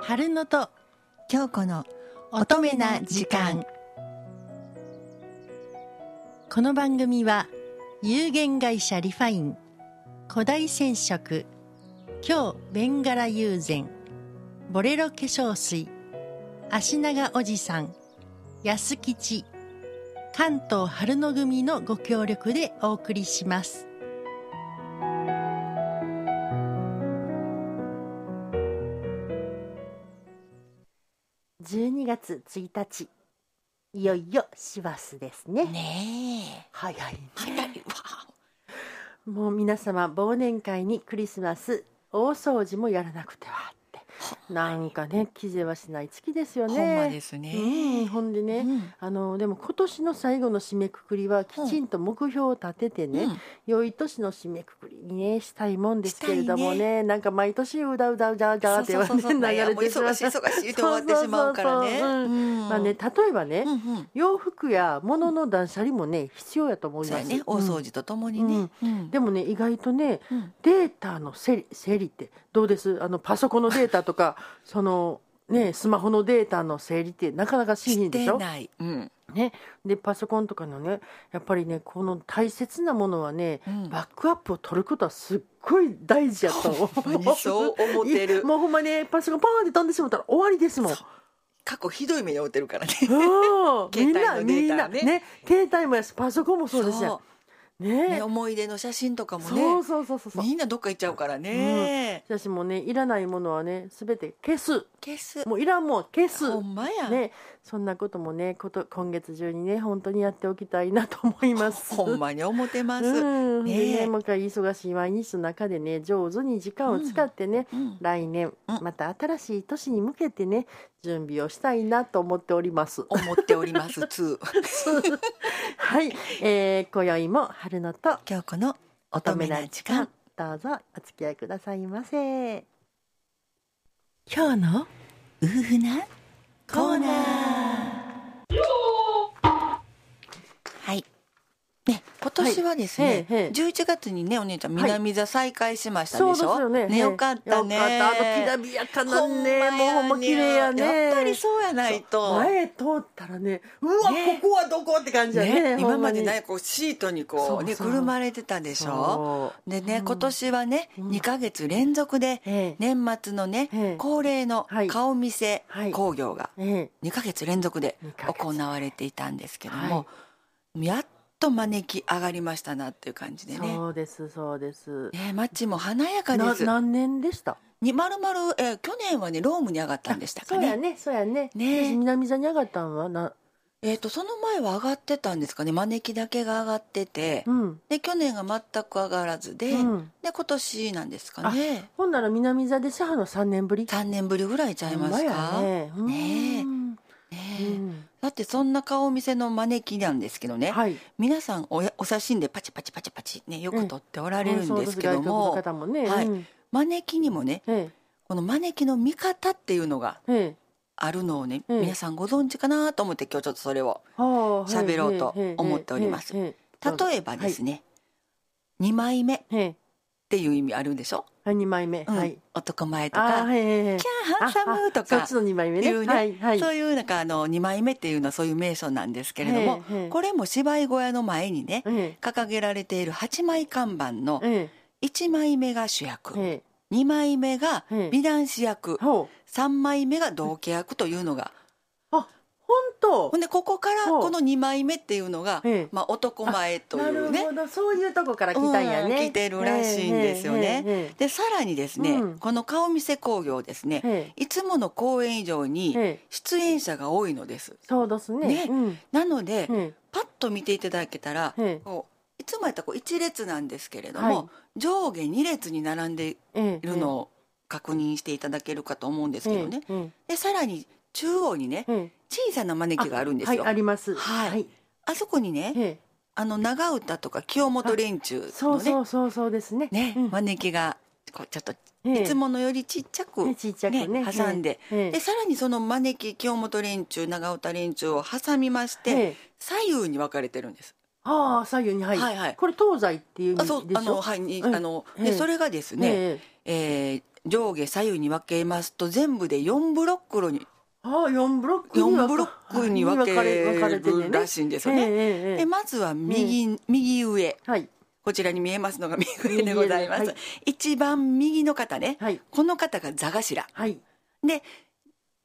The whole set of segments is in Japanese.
春野と京子の乙女な時間この番組は有限会社リファイン古代染色今日ベンガラ友禅ボレロ化粧水足長おじさん安吉関東春野組のご協力でお送りします12月1日いよいよ師走ですねね早いねえ早いわもう皆様忘年会にクリスマス大掃除もやらなくてはってなんかね気ぜはしない月ですよねほんまですねうん、ほんでね、うんあのでも今年の最後の締めくくりはきちんと目標を立ててね、うん良い年の締めくくりにねしたいもんですけれどもしねたなんか毎年うだうだうだうだって言われてそう そうそうそういやもうしま忙うしい忙しいって終わってしまうからねそうそうそうそううんまあね例えばね、うんうん洋服や物の断捨離もね必要やと思いそうまやす、ね大掃除とともにねうんでももね意外とねデータの整理整理ってどうですあのパソコンのデータとかそのねスマホのデータの整理ってなかなかしいしんでてしょないうんね、でパソコンとかのねやっぱりねこの大切なものはねうんバックアップを取ることはすっごい大事やと思ほんまにそう思ってるいもうほんまねパソコンパーンって飛んでしまったら終わりですもん。そう過去ひどい目に遭ってるからね うんみん携な帯のデみんーなタねね携帯もやしパソコンもそうですよそねうね思い出の写真とかもそうねそうそうそうそうみんなどっか行っちゃうからね私もねいらないものはねすべて消す消すもういらんもん消すほんまやねそんなこともねこと今月中にね本当にやっておきたいなと思いますほんまに思ってますうんねでねもう一回忙しい毎日の中でね上手に時間を使ってね、うん来年うんまた新しい年に向けてね準備をしたいなと思っております。思っております2 はい、えー、今宵も春のと今日この乙女な時間どうぞお付き合いくださいませ。今日のウフなコーナーはいね今年はですはいね、へえへえ11月にねお姉ちゃんはい南座再開しましたでそうしですょ、よね。よかったねよかった。あときらびやかなね。ほんまもうやほんま綺麗やね。やっぱりそうやないと前通ったらね、うわ、ねここはどこって感じやね。ね今までいねこうシートにこうねそうそうくるまれてたでしょでね今年はね、うん2ヶ月連続でええ年末のね、ええ恒例のはい顔見せはい興行がええ2ヶ月連続で二ヶ月行われていたんですけども、はやっと招き上がりましたなっていう感じでねそうですそうです。ね街も華やかなです何年でした？にまるまる、えー去年はねロームに上がったんでしたかそうやねねそうやね。ね私南座に上がったんはな、えー、とその前は上がってたんですかね招きだけが上がってて、うん。で去年が全く上がらずで、うんで今年なんですかねほんなら南座でシャハの三年ぶり。 3年ぶりぐらいちゃいますか、ほんまやね。うんねえねえうんだってそんな顔見せの招きなんですけどね、はい。皆さんおやお写真でパチパチパチパチねよく撮っておられるんですけどうもんそうです外国の方もね。はいうん招きにもねえこの招きの見方っていうのがえええ。あるのをね、うん皆さんご存知かなと思って今日ちょっとそれを喋喋ろうと思っております例例えばですね、二2枚目っえていう意味あるんでしょ、ば二枚目、うんはい。男前とあか、ーはいはいはいキャーハンサムとああそかっちの二枚目いね。うねはいはい。そういうなんかあの2枚目っていうのはそういう名称なんですけれども、ええこれも芝居小屋の前にね、え掲げられている8枚看板のええ1枚目が主役、ええ2枚目がええ美男子役え、ほう3枚目が同契役というのが本ほんでここからほうこの2枚目っていうのが、ええまあ、男前と当。いなうるねほどそういうとこから来たんやうんね。来てるらしいんですよねええでさらにですね、うんこの顔見せ興行ですね、えええいつもの公演以上ええにえ出演者が多いのですそうですねね。うんなので、えパッと見ていただけたら、ええこういつもやったらこう1列なんですけれども、はい上下2列に並んでいえええるのを確認していただけるかと思うんですけどね、ええでさらに中央にねええ小さな招きがあるんですよ、はいあります。はいい。あそこにね、ええあの長唄とか清本連中のねそうそうそうそうですね。ね、うん招きがこうちょっとええいつものよりちっちゃく、ねちっちゃくねね挟んで、ええでさらにその招き清本連中長唄連中を挟みまして、ええ左右に分かれてるんです。ああ左右にはい、はいはいこれ東西っていう意あそう味であしょのはいにうんあのえでえそれがですね、えー上下左右に分けますと全部で4ブロックにああ4ブロックに分か4ブロックに分け分かれてんねんるねらしいんですえよえね。えええでまずは右,、右上えはいこちらに見えますのが右上でございます、右上は一番右の方ね、はいこの方が座頭はいで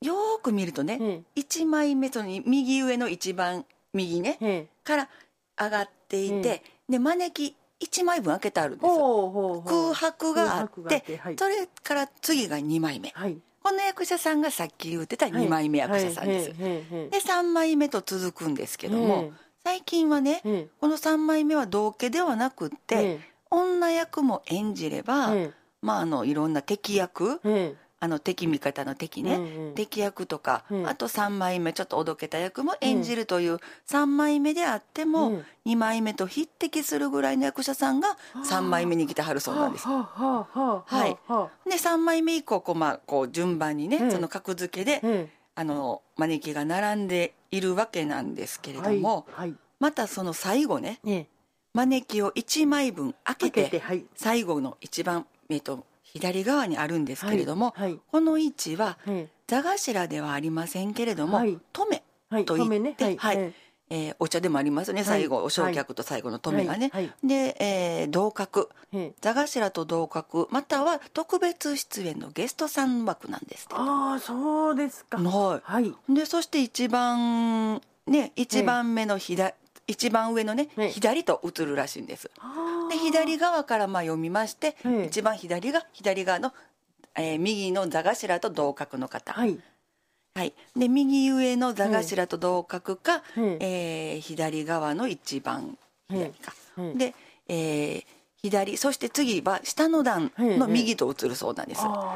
よーく見るとね、え一枚目その右上の一番右ねえええから上がっていて、で招き一枚分開けてあるんですよほうほうほう空白があって空白があってはいそれから次が2枚目はいこの役者さんがさっき言ってた2枚目役者さんです、はいええええええで3枚目と続くんですけども、最近はね、ええこの3枚目は同家ではなくって、女役も演じれば、ええまああのいろんな敵役ええあの敵味方の敵ね、うんうん敵役とか、うんあと3枚目ちょっとおどけた役も演じるという3枚目であってうもん2枚目と匹敵するぐらいの役者さんが3枚目に来てはるそうなんです。はあはあはあはいはあで3枚目以降こう、まあ、こう順番にね、うんその格付けで、えあの招きが並んでいるわけなんですけえれども、はいまたその最後ねええ招きを1枚分開け開てけてはい最後の一番、えっと、左側にあるんですけれども、はいこの位置はえ座頭ではありませんけれども、はい止め、えはいと言って止めねはいええーお茶でもありますね最後、はいお焼却と最後の止めがね。はいはで、えー同格えええ座頭と同格または特別出演のゲストさん枠なんですって。ああそうですかははいい、でそして一番ね一番目の左、一番上のね、ええ左と映るらしいんです。あでー左側からまあ読みまして、ええ一番左が左側の、えー右の座頭と同格の方、ははいいで右上の座頭と同格か、えええー左側の一番左か、ええで、えー左そして次は下の段の右と映るそうなんです、あーはあは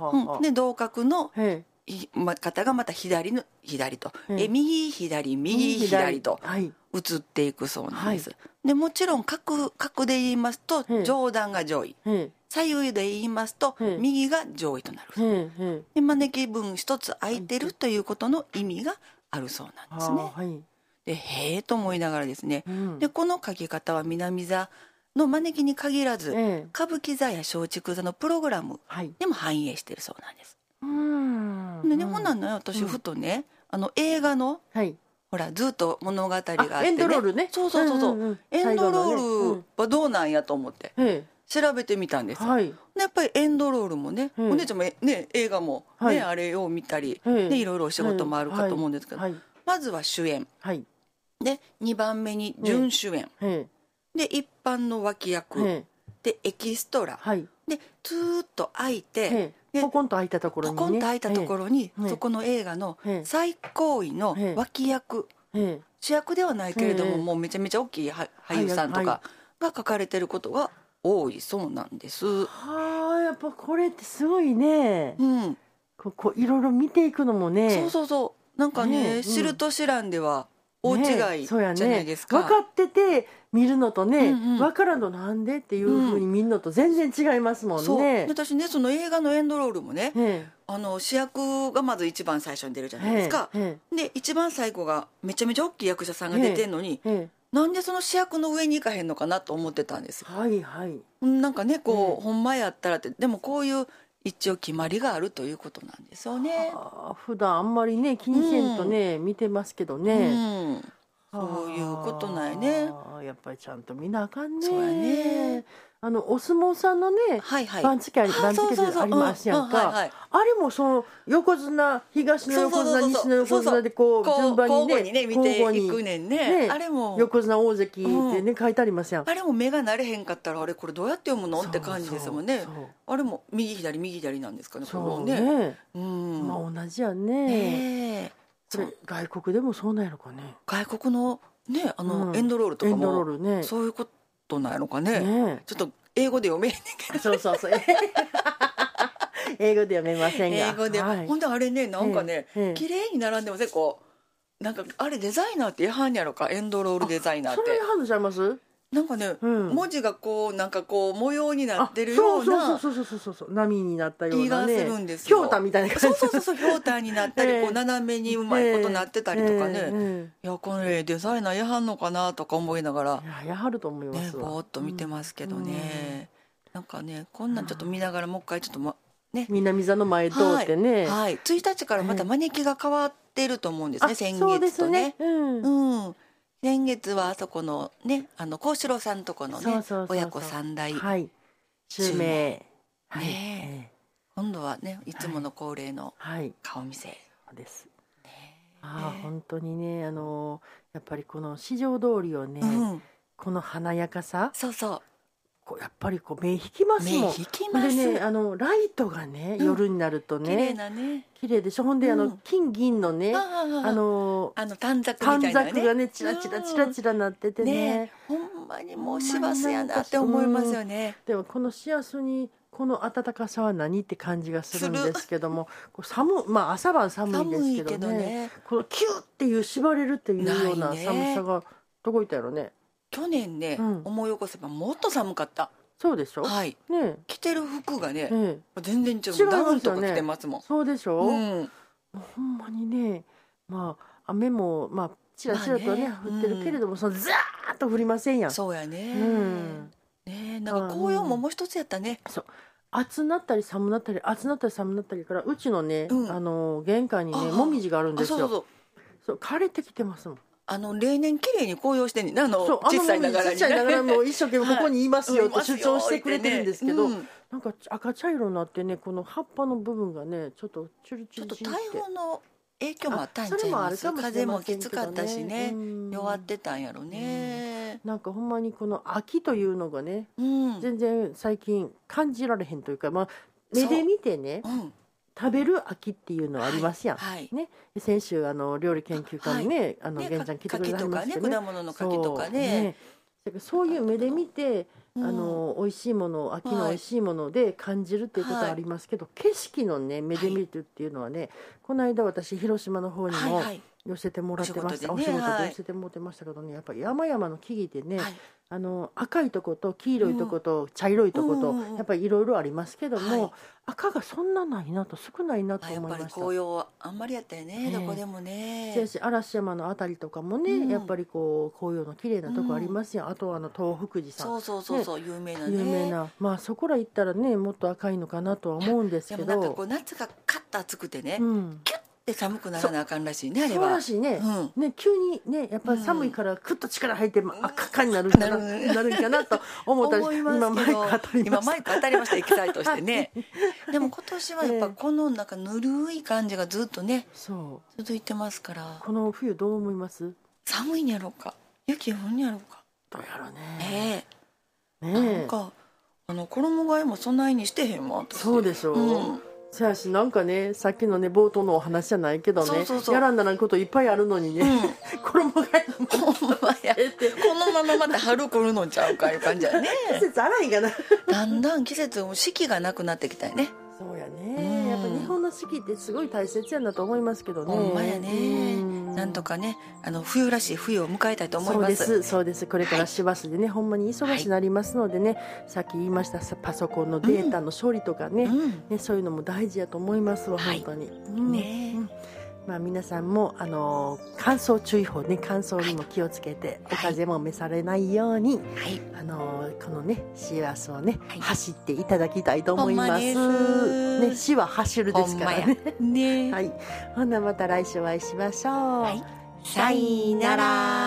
あはあうはあん、で同格のええいま方がまた左の左と、うんえ右左右左とはい移っていくそうなんです、でもちろん角角で言いますとうん上段が上位え左右で言いますとうん右が上位となえる、えええで招き分一つ空いてるということの意味があるそうなんですねあーはいでへえと思いながらですねうんでこの書き方は南座の招きに限らずええ歌舞伎座や松竹座のプログラムはいでも反映してるそうなんですうーんでねほんなんね私ふとね、あの映画のはいほらずっと物語があって、ねあ、エンドロールねそうそうそうそう,、うんうんうんエンド最後ローのルねはどうなんやと思ってうんえ調べてみたんでえすよ、はいでやっぱりエンドロールもね、うんお姉ちゃんもえね映画も、ねはいあれを見たり、ええね、いろいろお仕事もあるかと思うんですけど、はいはいまずは主演はいで2番目に準主演、えで一般の脇え役、ええでエキストラ、はいでずーっと空いて、ええでポコンと開いたところポにねコンと開いたところに、ええそこの映画のええ最高位のええ脇役、ええ主役ではないけれども、ええもうめちゃめちゃ大きいは俳優さんとはいはかが書かれてることが多いそうなんです。はあやっぱこれってすごいねうん、ここいろいろ見ていくのもねそうそうそう、なんかね、ねえ知ると知らんでは大違ねいじそうゃやねないですか。分かってて見るのとね、うんうん分からんのなんでっていうふうに見るのと全然違いますもんそう、ね。私ね、その映画のエンドロールもね、えあの主役がまず一番最初に出るじゃえないですか。えで、一番最後がめちゃめちゃ大きい役者さんが出てんのに、えええなんでその主役の上に行かへんのかなと思ってたんですよ。はいはい。なんかね、こえう、えほんまやったらって、でもこういう一応決まりがあるということなんですよね。あー普段あんまりね気にせんとね、見てますけどね。うん、そういうことないね。あーやっぱりちゃんと見なあかんね。そうやねあのお相撲さんのね、はいはい。番付ありあ番付でありますやんそうそうそううんうんはいかはい。あれもその横綱東の横そう綱そうそうそう西の横綱でこうこう順番にね交互にね見交互てにいくねんね。ねあれも横綱大関ってね書いてありますやん。あれも目が慣れへんかったらあれこれどうやって読むのって感じですもんねそう。あれも右左右左なんですかね。そうこそうれもね。ね。うん。まあ同じやねね。えそそれう外国でもそうなんやろかね。外国のねあの、うんエンドロールとエかンドローもルね。そういうことなんやろかね。 ねちょっと英語で読めへんねんけど。そうそう そう。 英語では読めませんが。英語で、はいほんであれねなんかね、ええええ綺麗に並んでもねこうなんかあれデザイナーって言いはんやろかエンドロールデザイナーっそれて話しちゃいます？なんかね、うん文字がこうなんかこう模様になあってるようなそうそうそうそうそうそう波になったよう気ながね。するんですよ京太みたいなそ感うじ。そうそうそうひょうたんになったり、 ええこう斜めにうまいことなってたりとかね、えええいやこれデザイナー言いはんのかなとか思いながらえいややはると思いまねすわ。ぼーっと見てますけどね、なんかねこんなんちょっと見ながらもう一回ちょっと、ま、ね南座の前通ってね。はい、1日からまた招きが変わってると思うんですね、あ先そうで月すとね。うん。うん、先月はあそこのねあの幸四郎さんとこのねそうそうそうそう親子三代、はい。襲名。はい。ね今度はねいつもの恒例のはい。顔見せ、そうです。ああ、本当にね、あのーやっぱりこの市場通りをね、うん、この華やかさ、そうそこうやっぱりこう目引きまうす目もん。引きます、でね、あのライトがね、うん夜になると綺麗ね、なね綺麗でしょ。ほんであの、うん金銀のね、ああののーあの短冊み短たいなね冊がね、チラチラチラチラなっててねね。ほんまにもう師走やなって思いますよね、でもこの幸せにこの暖かさは何って感じがするんするですけども、こう寒まあ朝晩寒いんで寒すいけどけね。どねこのキュッっていう縛れるっていうようなないね寒さがどこ行ったやろね。去年ね、うん思い起こせばもっと寒かったそうでしょ。はいね着てる服がね、え、ねえ、全然違い違ますよねうダウンとか着てますもんそうでしょ。うもん、うほんまにね、まあ雨もまあちらちらとね,、まあね降ってるけれども、そのザーッと降りませんやん。そうやね、うんねえなんか紅葉ももう一つやったね、暑なったり寒なったり暑なったり寒なったりからうちのね、うんあの玄関にあねあもみじがあるんあですそうよ。そうそうそう枯れてきてますもん。あの例年綺麗に紅葉してんねんなあのそうあの小さいなが小らにさいながらも一生懸命はいここにいますよとうん主張してくれてるんですけど、いますよってねうなんんか赤茶色になってねこの葉っぱの部分がねちょっとチュルチちュょルっとチュル台って風の影響もあったんちゃそれいもあまるすかもしれ風もませきんけつどねかったしねうん弱ってたんやろねなんかほんまにこの秋というのがねうん、うん全然最近感じられへんというか、まあ、目で見てね食べる秋っていうのはありますやん。はいね、先週あの料理研究家にね、あのね源ちゃん来てくれ柿たとんでかすねけどね果物の柿とかねそうねそういう目で見て、うんあの美味しいもの秋のはい美味しいもので感じるっていうことはありますけど、景色のね目で見るっていうのはね、この間私広島の方にはいもはい寄せてもらってました、お仕事でお仕ね事はでい寄せてもらってましたけどね、やっぱり山々の木々でね、はいあの赤いとこと黄色いとこと茶色いとこと、うんうんうんやっぱりいろいろありますけども、はい赤がそんなないなと少ないなとまあやっ思いぱまりした。紅葉はあんまりやったよねねどこでもねせやし嵐山のあたりとかもね、うんやっぱりこう紅葉の綺麗なとこありますやん、あとはあの東福寺さんそうそうそうそう有名なね有名な、まあそこら行ったらねもっと赤いのかなとは思うんですでけもなんかこどう夏がカッと暑くてね、うんキュッて寒くならなあかんらしいねあれそうはらしいね,、うんね急にねやっぱり寒いからクッと力入って、まあ赤かになるんなかなるなるんかなと思ったり思いますけ今どマイク当たりま今したマイク当たりましたエキサイトしてねでも今年はやっぱこのなんかぬるい感じがずっとねそう続いてますからこの冬どう思います寒いんやろうか雪降んやろうかどうやろうねねえなねんかあの衣替えもそないにしてへんわ私そうでしょう、うんそやしなんかねさっきのね冒頭のお話じゃないけどねそうそうそうやらんならんこといっぱいあるのにね、 衣替えもほんまやえってこのまままた春来るのちゃうかいう感じやね季節荒いんかなだんだん季節も四季がなくなってきたよねそうやね、うんやっぱ日本の四季ってすごい大切やなと思いますけどねほんまやねうんなんとかねあの冬らしい冬を迎えたいと思いそうまですすそうですこれから市バスでね、ほんまに忙しくなりますのでね、さっき言いましたさパソコンのデータの処理とかね,、うんねそういうのも大事やと思いますわはい本当に、うんねえうんまあ、皆さんもあのー乾燥注意報ね乾燥にも気をつけて、お風邪も召されないように、はいあのーこのねシバスをね、はい走っていただきたいと思いほんまますですね市は走るですからねねえはい、ほんならまた来週お会いしましょう。はいさいなら